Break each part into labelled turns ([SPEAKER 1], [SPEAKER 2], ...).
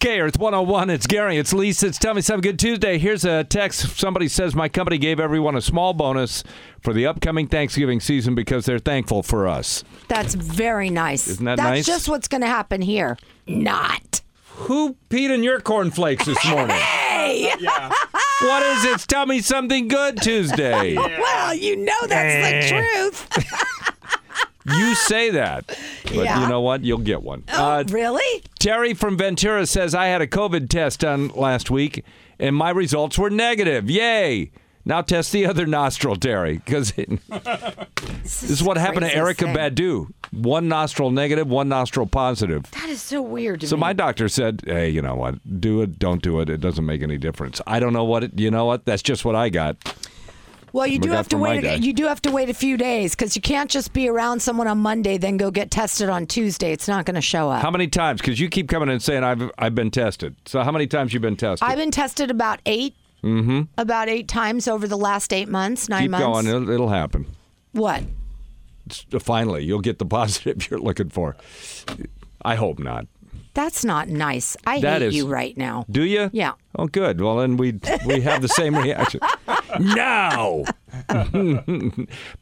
[SPEAKER 1] KR, it's 101. It's Gary. It's Lisa. It's Tell Me Something Good Tuesday. Here's a text. Somebody says, My company gave everyone a small bonus for the upcoming Thanksgiving season because they're thankful for us.
[SPEAKER 2] That's very nice.
[SPEAKER 1] Isn't that
[SPEAKER 2] That's
[SPEAKER 1] nice?
[SPEAKER 2] just what's going to happen here. Not.
[SPEAKER 1] Who peed in your cornflakes this morning? What is it? It's Tell Me Something Good Tuesday.
[SPEAKER 2] Well, you know that's the truth.
[SPEAKER 1] You say that. But
[SPEAKER 2] Yeah. Oh,
[SPEAKER 1] you know what? You'll get one. Uh,
[SPEAKER 2] really?
[SPEAKER 1] Terry from Ventura says I had a COVID test done last week and my results were negative. Yay! Now test the other nostril, Terry, because this is what happened to
[SPEAKER 2] craziest
[SPEAKER 1] Erica
[SPEAKER 2] thing.
[SPEAKER 1] Badu. One nostril negative, one nostril positive.
[SPEAKER 2] That is so weird. To
[SPEAKER 1] So
[SPEAKER 2] me.
[SPEAKER 1] my doctor said, "Hey, you know what? Do it, don't do it. It doesn't make any difference. I don't know what it. You know what? That's just what I got.
[SPEAKER 2] well, you
[SPEAKER 1] Look
[SPEAKER 2] do
[SPEAKER 1] out
[SPEAKER 2] have to
[SPEAKER 1] for my
[SPEAKER 2] wait.
[SPEAKER 1] guy.
[SPEAKER 2] A, you do have to wait a few days because you can't just be around someone on Monday then go get tested on Tuesday. It's not going to show up.
[SPEAKER 1] How many times? Because you keep coming and saying I've I've been tested. So how many times you been tested?
[SPEAKER 2] I've been tested about 8 about eight times over the last eight months, nine
[SPEAKER 1] Mm-hmm. keep
[SPEAKER 2] months.
[SPEAKER 1] going. It'll, it'll happen.
[SPEAKER 2] What?
[SPEAKER 1] It's- finally, you'll get the positive you're looking for. I hope not.
[SPEAKER 2] That's not nice. I
[SPEAKER 1] That
[SPEAKER 2] hate
[SPEAKER 1] is-
[SPEAKER 2] you right now.
[SPEAKER 1] Do you?
[SPEAKER 2] Yeah.
[SPEAKER 1] Oh, good. Well, then we we have the same reaction. no.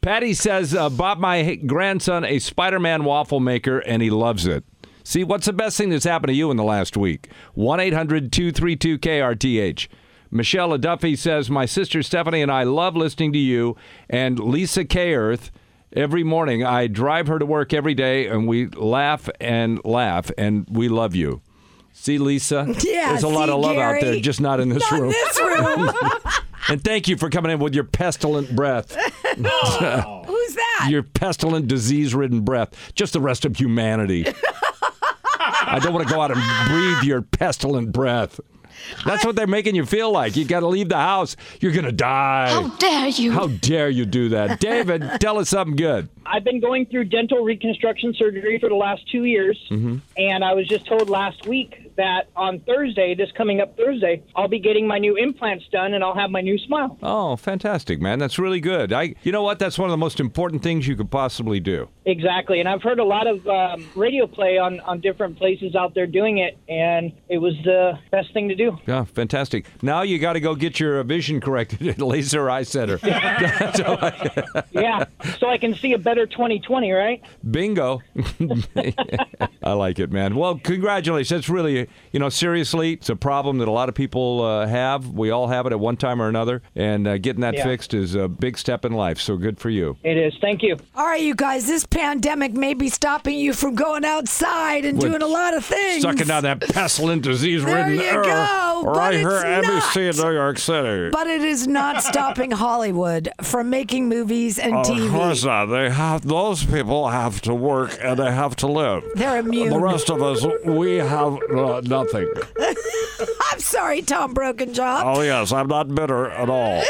[SPEAKER 1] Patty says, uh, "Bought my grandson a Spider-Man waffle maker, and he loves it." See, what's the best thing that's happened to you in the last week? 1 800 232 KRTH. Michelle Duffy says, My sister Stephanie and I love listening to you and Lisa K. Earth every morning. I drive her to work every day and we laugh and laugh and we love you. See, Lisa?
[SPEAKER 2] Yeah,
[SPEAKER 1] There's a lot
[SPEAKER 2] see,
[SPEAKER 1] of love out
[SPEAKER 2] Gary?
[SPEAKER 1] there, just not in this
[SPEAKER 2] Not in
[SPEAKER 1] room.
[SPEAKER 2] this room.
[SPEAKER 1] and thank you for coming in with your pestilent breath,
[SPEAKER 2] Who's that?
[SPEAKER 1] your pestilent, disease ridden breath, just the rest of humanity. I don't want to go out and breathe your pestilent breath. That's what they're making you feel like. You got to leave the house. You're going to die.
[SPEAKER 3] How dare you?
[SPEAKER 1] How dare you do that? David, tell us something good.
[SPEAKER 4] I've been going through dental reconstruction surgery for the last two years, and I was just told last week that on Thursday, this coming up Thursday, I'll be getting my new implants done, and I'll have my new smile.
[SPEAKER 1] Oh, fantastic, man. That's really good. I You know what? That's one of the most important things you could possibly do.
[SPEAKER 4] Exactly, and I've heard a lot of um, radio play on on different places out there doing it, and it was the best thing to do.
[SPEAKER 1] Yeah, fantastic. Now you got to go get your uh, vision corrected. Laser eye center.
[SPEAKER 4] Yeah, so I can see a better 2020, right?
[SPEAKER 1] Bingo. I like it, man. Well, congratulations. That's really, you know, seriously, it's a problem that a lot of people uh, have. We all have it at one time or another. And uh, getting that
[SPEAKER 4] Yeah.
[SPEAKER 1] fixed is a big step in life. So good for you.
[SPEAKER 4] It is. Thank you.
[SPEAKER 2] All right, you guys, this pandemic may be stopping you from going outside and
[SPEAKER 1] We're
[SPEAKER 2] doing a lot of things.
[SPEAKER 1] Sucking down that pestilent disease ridden
[SPEAKER 2] There you
[SPEAKER 1] air.
[SPEAKER 2] go, but
[SPEAKER 1] right
[SPEAKER 2] it's
[SPEAKER 1] here at NBC in
[SPEAKER 2] not.
[SPEAKER 1] New York City.
[SPEAKER 2] But it is not stopping Hollywood from making movies and TV.
[SPEAKER 1] Of course not. They have those people have to work and they have to live.
[SPEAKER 2] They're immune.
[SPEAKER 1] The rest of us, we have uh, nothing.
[SPEAKER 2] I'm sorry, Tom Brokenjaw.
[SPEAKER 1] Oh yes, I'm not bitter at all.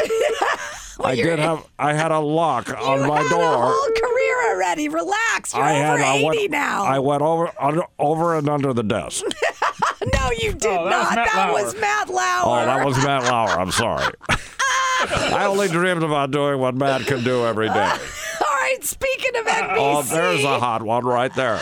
[SPEAKER 1] I
[SPEAKER 2] you're-
[SPEAKER 1] did have. I had a lock on
[SPEAKER 2] you
[SPEAKER 1] Oh, my
[SPEAKER 2] had
[SPEAKER 1] door.
[SPEAKER 2] a whole career already. Relax. You're
[SPEAKER 1] I
[SPEAKER 2] over
[SPEAKER 1] had. I
[SPEAKER 2] 80
[SPEAKER 1] went.
[SPEAKER 2] now.
[SPEAKER 1] I went over under, over and under the desk.
[SPEAKER 2] no, you did
[SPEAKER 5] that was
[SPEAKER 2] not.
[SPEAKER 5] Matt
[SPEAKER 2] that
[SPEAKER 5] Lauer.
[SPEAKER 2] was Matt Lauer.
[SPEAKER 1] Oh, that was Matt Lauer. I'm sorry. I only dreamed about doing what Matt can do every day.
[SPEAKER 2] All right, speaking of NBC.
[SPEAKER 1] Oh, there's a hot one right there.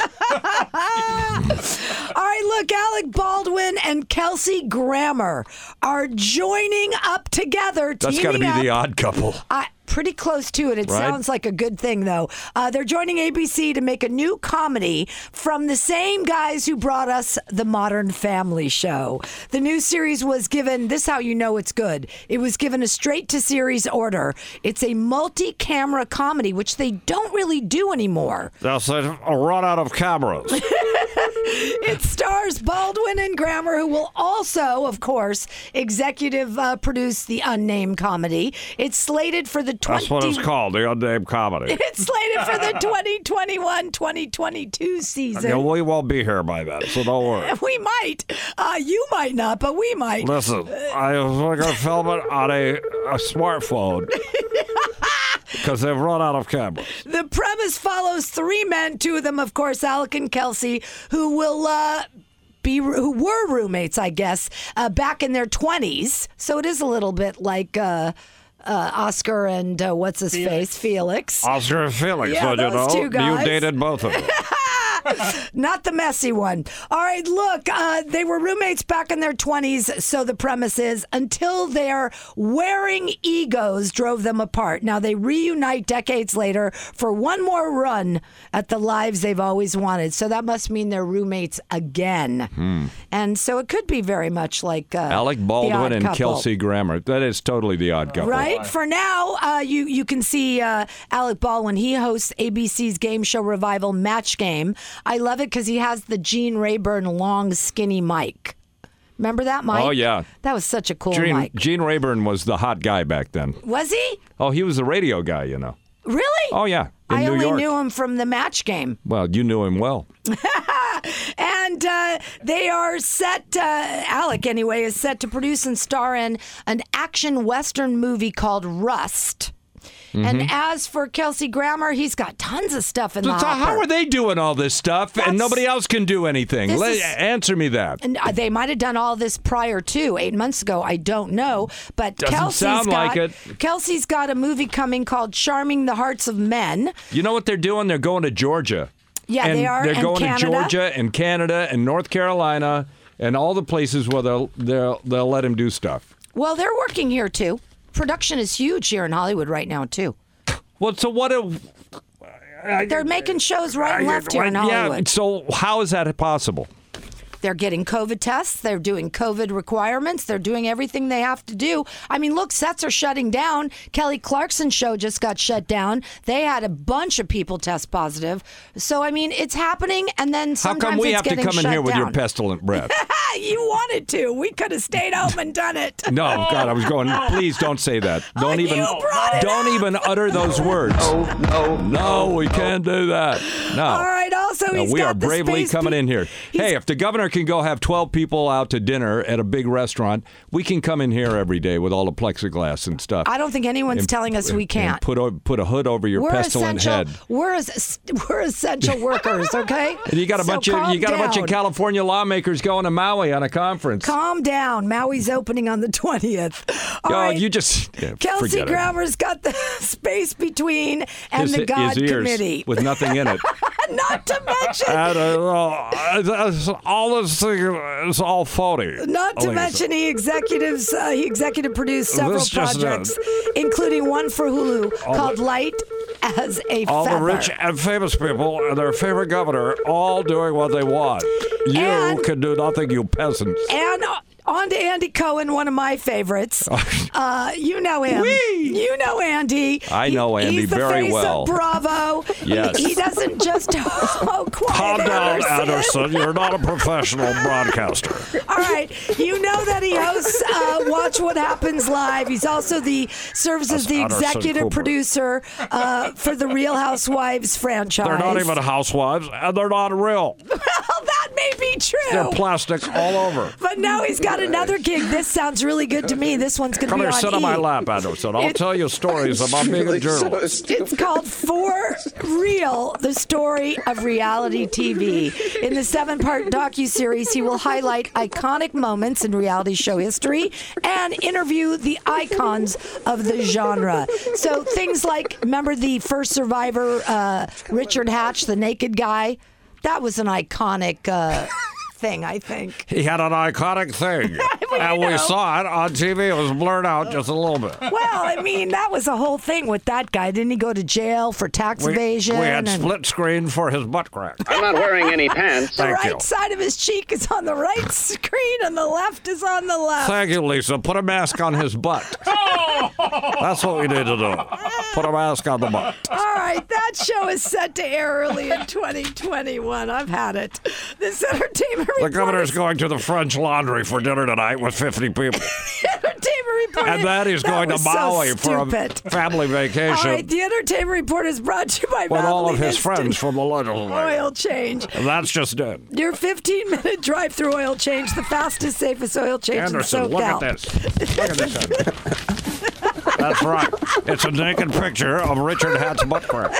[SPEAKER 2] All right, look, Alec Baldwin and Kelsey Grammer are joining up together.
[SPEAKER 1] That's got to
[SPEAKER 2] teaming
[SPEAKER 1] be
[SPEAKER 2] up.
[SPEAKER 1] the odd couple.
[SPEAKER 2] Uh, pretty close to it. It
[SPEAKER 1] Right?
[SPEAKER 2] sounds like a good thing, though. Uh, they're joining ABC to make a new comedy from the same guys who brought us The Modern Family Show. The new series was given, this how you know it's good, it was given a straight to series order. It's a multi camera comedy, which they don't really do anymore.
[SPEAKER 1] That's a a run out of cameras.
[SPEAKER 2] It stars Baldwin and Grammer, who will also, of course, executive uh, produce the unnamed comedy. It's slated for the 20-
[SPEAKER 1] That's what it's called, the unnamed comedy.
[SPEAKER 2] It's slated for the 2021 2022
[SPEAKER 1] Yeah,
[SPEAKER 2] season.
[SPEAKER 1] we won't be here by then, so don't worry.
[SPEAKER 2] We might. Uh, you might not, but we might.
[SPEAKER 1] Listen, I was going to film it on a, a smartphone because they've run out of cameras.
[SPEAKER 2] The premise follows three men, two of them, of course, Alec and Kelsey, who will. Uh, be, who were roommates, I guess, uh, back in their 20s. So it is a little bit like uh, uh, Oscar and uh, what's his face? Felix.
[SPEAKER 1] Oscar and Felix,
[SPEAKER 2] Yeah,
[SPEAKER 1] don't you
[SPEAKER 2] those
[SPEAKER 1] know?
[SPEAKER 2] two guys.
[SPEAKER 1] You dated both of them.
[SPEAKER 2] Not the messy one. All right, look, uh, they were roommates back in their 20s, so the premise is until their wearing egos drove them apart. Now they reunite decades later for one more run at the lives they've always wanted. So that must mean they're roommates again. And so it could be very much like uh,
[SPEAKER 1] Hmm. Alec
[SPEAKER 2] The Odd
[SPEAKER 1] Baldwin and
[SPEAKER 2] Couple.
[SPEAKER 1] Kelsey Grammer. That is totally the odd couple.
[SPEAKER 2] Right for now, uh, you you can see uh, Alec Baldwin. He hosts ABC's game show revival Match Game. I love it because he has the Gene Rayburn long skinny mic. Remember that mic?
[SPEAKER 1] Oh, yeah.
[SPEAKER 2] that was such a cool
[SPEAKER 1] Gene,
[SPEAKER 2] mic.
[SPEAKER 1] Gene Rayburn was the hot guy back then.
[SPEAKER 2] Was he
[SPEAKER 1] Oh, he was the radio guy, you know.
[SPEAKER 2] really?
[SPEAKER 1] Oh, yeah. In
[SPEAKER 2] I
[SPEAKER 1] New
[SPEAKER 2] only
[SPEAKER 1] York.
[SPEAKER 2] knew him from the Match Game.
[SPEAKER 1] Well, you knew him well.
[SPEAKER 2] And uh, they are set, uh, Alec anyway, is set to produce and star in an action Western movie called Rust.
[SPEAKER 1] Mm-hmm.
[SPEAKER 2] And as for Kelsey Grammer, he's got tons of stuff in the
[SPEAKER 1] So
[SPEAKER 2] hopper.
[SPEAKER 1] how are they doing all this stuff and
[SPEAKER 2] That's-
[SPEAKER 1] nobody else can do anything?
[SPEAKER 2] This
[SPEAKER 1] Let-
[SPEAKER 2] is-
[SPEAKER 1] answer me that.
[SPEAKER 2] And, uh, they might have done all this prior to eight months ago. I don't know, but
[SPEAKER 1] Doesn't
[SPEAKER 2] Kelsey's
[SPEAKER 1] sound
[SPEAKER 2] got
[SPEAKER 1] like it.
[SPEAKER 2] Kelsey's got a movie coming called "Charming the Hearts of Men."
[SPEAKER 1] You know what they're doing? They're going to Georgia.
[SPEAKER 2] Yeah,
[SPEAKER 1] and
[SPEAKER 2] they are,
[SPEAKER 1] They're
[SPEAKER 2] and
[SPEAKER 1] going
[SPEAKER 2] Canada.
[SPEAKER 1] to Georgia and Canada and North Carolina and all the places where they'll they'll they'll let him do stuff.
[SPEAKER 2] Well, they're working here too. Production is huge here in Hollywood right now too.
[SPEAKER 1] Well, so what? A,
[SPEAKER 2] They're making shows right and left here in Hollywood.
[SPEAKER 1] yeah. So how is that possible?
[SPEAKER 2] They're getting COVID tests. They're doing COVID requirements. They're doing everything they have to do. I mean, look, sets are shutting down. Kelly Clarkson's show just got shut down. They had a bunch of people test positive. So, I mean, it's happening. And then
[SPEAKER 1] How
[SPEAKER 2] sometimes
[SPEAKER 1] come we
[SPEAKER 2] it's
[SPEAKER 1] have to
[SPEAKER 2] getting
[SPEAKER 1] come in
[SPEAKER 2] shut
[SPEAKER 1] here with your
[SPEAKER 2] down.
[SPEAKER 1] pestilent breath?
[SPEAKER 2] Ah, you wanted to. We could have stayed home and done it.
[SPEAKER 1] No, God, I was going. Please don't say that. Don't
[SPEAKER 2] you
[SPEAKER 1] even.
[SPEAKER 2] brought it
[SPEAKER 1] don't even utter those words. No, no, we can't do that. No.
[SPEAKER 2] All right. Also,
[SPEAKER 1] No,
[SPEAKER 2] he's
[SPEAKER 1] we
[SPEAKER 2] got
[SPEAKER 1] are
[SPEAKER 2] the
[SPEAKER 1] bravely
[SPEAKER 2] space
[SPEAKER 1] coming
[SPEAKER 2] pe-
[SPEAKER 1] in here.
[SPEAKER 2] He's-
[SPEAKER 1] Hey, if the governor can go have 12 people out to dinner at a big restaurant, we can come in here every day with all the plexiglass and stuff.
[SPEAKER 2] I don't think anyone's telling us we
[SPEAKER 1] And
[SPEAKER 2] can't.
[SPEAKER 1] Put a, put a hood over your
[SPEAKER 2] We're
[SPEAKER 1] pestilent
[SPEAKER 2] essential.
[SPEAKER 1] head.
[SPEAKER 2] We're es- we're essential workers, okay?
[SPEAKER 1] And you got a
[SPEAKER 2] So
[SPEAKER 1] bunch of you
[SPEAKER 2] calm
[SPEAKER 1] got a bunch of
[SPEAKER 2] down.
[SPEAKER 1] California lawmakers going to Maui on a conference.
[SPEAKER 2] Calm down. Maui's opening on the 20th. All
[SPEAKER 1] oh,
[SPEAKER 2] right.
[SPEAKER 1] you just yeah,
[SPEAKER 2] Kelsey
[SPEAKER 1] forget it.
[SPEAKER 2] Grammer's got the space between and
[SPEAKER 1] his,
[SPEAKER 2] the God
[SPEAKER 1] his ears
[SPEAKER 2] Committee.
[SPEAKER 1] with nothing in it.
[SPEAKER 2] Not to mention.
[SPEAKER 1] I don't know. uh, It's all this thing is all faulty.
[SPEAKER 2] Not to mention, he executives uh, he executive produced several
[SPEAKER 1] This just, uh,
[SPEAKER 2] projects, including one for Hulu called Light as a
[SPEAKER 1] all
[SPEAKER 2] Feather.
[SPEAKER 1] the rich and famous people and their favorite governor all doing what they want. You
[SPEAKER 2] And-
[SPEAKER 1] can do nothing, you peasants.
[SPEAKER 2] And uh, on to Andy Cohen, one of my favorites.
[SPEAKER 1] Oh,
[SPEAKER 2] Uh, you know him. You know Andy.
[SPEAKER 1] I know Andy
[SPEAKER 2] he's the
[SPEAKER 1] very
[SPEAKER 2] face
[SPEAKER 1] well.
[SPEAKER 2] Of Bravo.
[SPEAKER 1] Yes.
[SPEAKER 2] He doesn't just oh quiet
[SPEAKER 1] Calm down,
[SPEAKER 2] Anderson.
[SPEAKER 1] Anderson. You're not a professional broadcaster.
[SPEAKER 2] All right, you know that he hosts uh, Watch What Happens Live. He's also the serves as
[SPEAKER 1] That's
[SPEAKER 2] the
[SPEAKER 1] Anderson
[SPEAKER 2] executive
[SPEAKER 1] Cooper.
[SPEAKER 2] producer uh, for the Real Housewives franchise.
[SPEAKER 1] They're not even housewives, and they're not real.
[SPEAKER 2] Well, that may be
[SPEAKER 1] They're
[SPEAKER 2] true.
[SPEAKER 1] plastic all over.
[SPEAKER 2] But now he's got another gig. This sounds really good to me. This one's going to
[SPEAKER 1] Come
[SPEAKER 2] be
[SPEAKER 1] here,
[SPEAKER 2] on
[SPEAKER 1] sit on my
[SPEAKER 2] E!
[SPEAKER 1] lap, Anderson. I'll
[SPEAKER 2] It-
[SPEAKER 1] tell you stories about being a journalist.
[SPEAKER 2] It's called For Real: The Story of Reality TV. In the seven-part docu-series, he will highlight iconic moments in reality show history and interview the icons of the genre. So things like, remember the first Survivor, uh, Richard Hatch, the naked guy. That was an iconic uh, thing, I think.
[SPEAKER 1] He had an iconic thing, and we
[SPEAKER 2] know.
[SPEAKER 1] saw it on TV. It was blurred out just a little bit.
[SPEAKER 2] Well, I mean, that was a whole thing with that guy. Didn't he go to jail for tax
[SPEAKER 1] We,
[SPEAKER 2] evasion?
[SPEAKER 1] we had
[SPEAKER 2] and-
[SPEAKER 1] split screen for his butt crack.
[SPEAKER 3] I'm not wearing any pants.
[SPEAKER 2] the
[SPEAKER 1] Thank
[SPEAKER 2] right
[SPEAKER 1] you.
[SPEAKER 2] side of his cheek is on the right screen and the left is on the left.
[SPEAKER 1] Thank you, Lisa. Put a mask on his butt.
[SPEAKER 2] Oh!
[SPEAKER 1] That's what we need to do. Put a mask on the butt.
[SPEAKER 2] All right, that show is set to air early in 2021. I've had it. This entertainment
[SPEAKER 1] The
[SPEAKER 2] report.
[SPEAKER 1] governor's going to the French laundry for dinner tonight with 50 people.
[SPEAKER 2] entertainment report.
[SPEAKER 1] And then he's
[SPEAKER 2] that
[SPEAKER 1] going to
[SPEAKER 2] was so
[SPEAKER 1] Maui for a
[SPEAKER 2] stupid.
[SPEAKER 1] family vacation
[SPEAKER 2] All right, the entertainment report is brought to you by
[SPEAKER 1] with all
[SPEAKER 2] Valvoline
[SPEAKER 1] of his
[SPEAKER 2] Instant
[SPEAKER 1] friends from the legislature.
[SPEAKER 2] Oil change.
[SPEAKER 1] And that's just it.
[SPEAKER 2] Your 15 minute drive through oil change, the fastest, safest oil change
[SPEAKER 1] Anderson,
[SPEAKER 2] in SoCal.
[SPEAKER 1] look at this. Look at this. Anderson. That's right. It's a naked picture of Richard Hat's butt crack.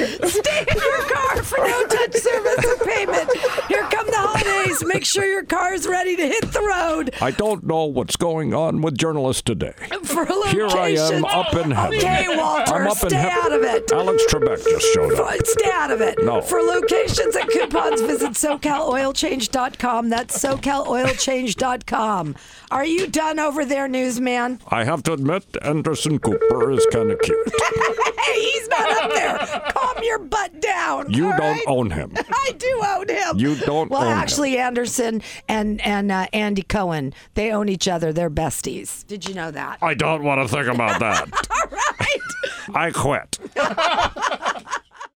[SPEAKER 2] Stay in your car for no touch service and payment. Here come the holidays. Make sure your car is ready to hit the road
[SPEAKER 1] I don't know what's going on with journalists today.
[SPEAKER 2] for a location.
[SPEAKER 1] Here I am, up in heaven.
[SPEAKER 2] Okay, Walter,
[SPEAKER 1] I'm up in
[SPEAKER 2] stay
[SPEAKER 1] heaven.
[SPEAKER 2] out of it.
[SPEAKER 1] Alex Trebek just showed up.
[SPEAKER 2] But Stay out of it.
[SPEAKER 1] No.
[SPEAKER 2] For locations and coupons, visit SoCalOilChange.com. That's SoCalOilChange.com. Are you done over there, newsman?
[SPEAKER 1] I have to admit, Anderson Cooper is kind of cute.
[SPEAKER 2] Hey, he's not up there. Calm your butt down.
[SPEAKER 1] You
[SPEAKER 2] all
[SPEAKER 1] don't
[SPEAKER 2] right?
[SPEAKER 1] own him.
[SPEAKER 2] I do own him.
[SPEAKER 1] You don't
[SPEAKER 2] Well,
[SPEAKER 1] own him.
[SPEAKER 2] actually, Anderson and and uh, Andy Cohen, they own each other. They're besties. Did you know that?
[SPEAKER 1] I don't want to think about that.
[SPEAKER 2] All right.
[SPEAKER 1] I quit.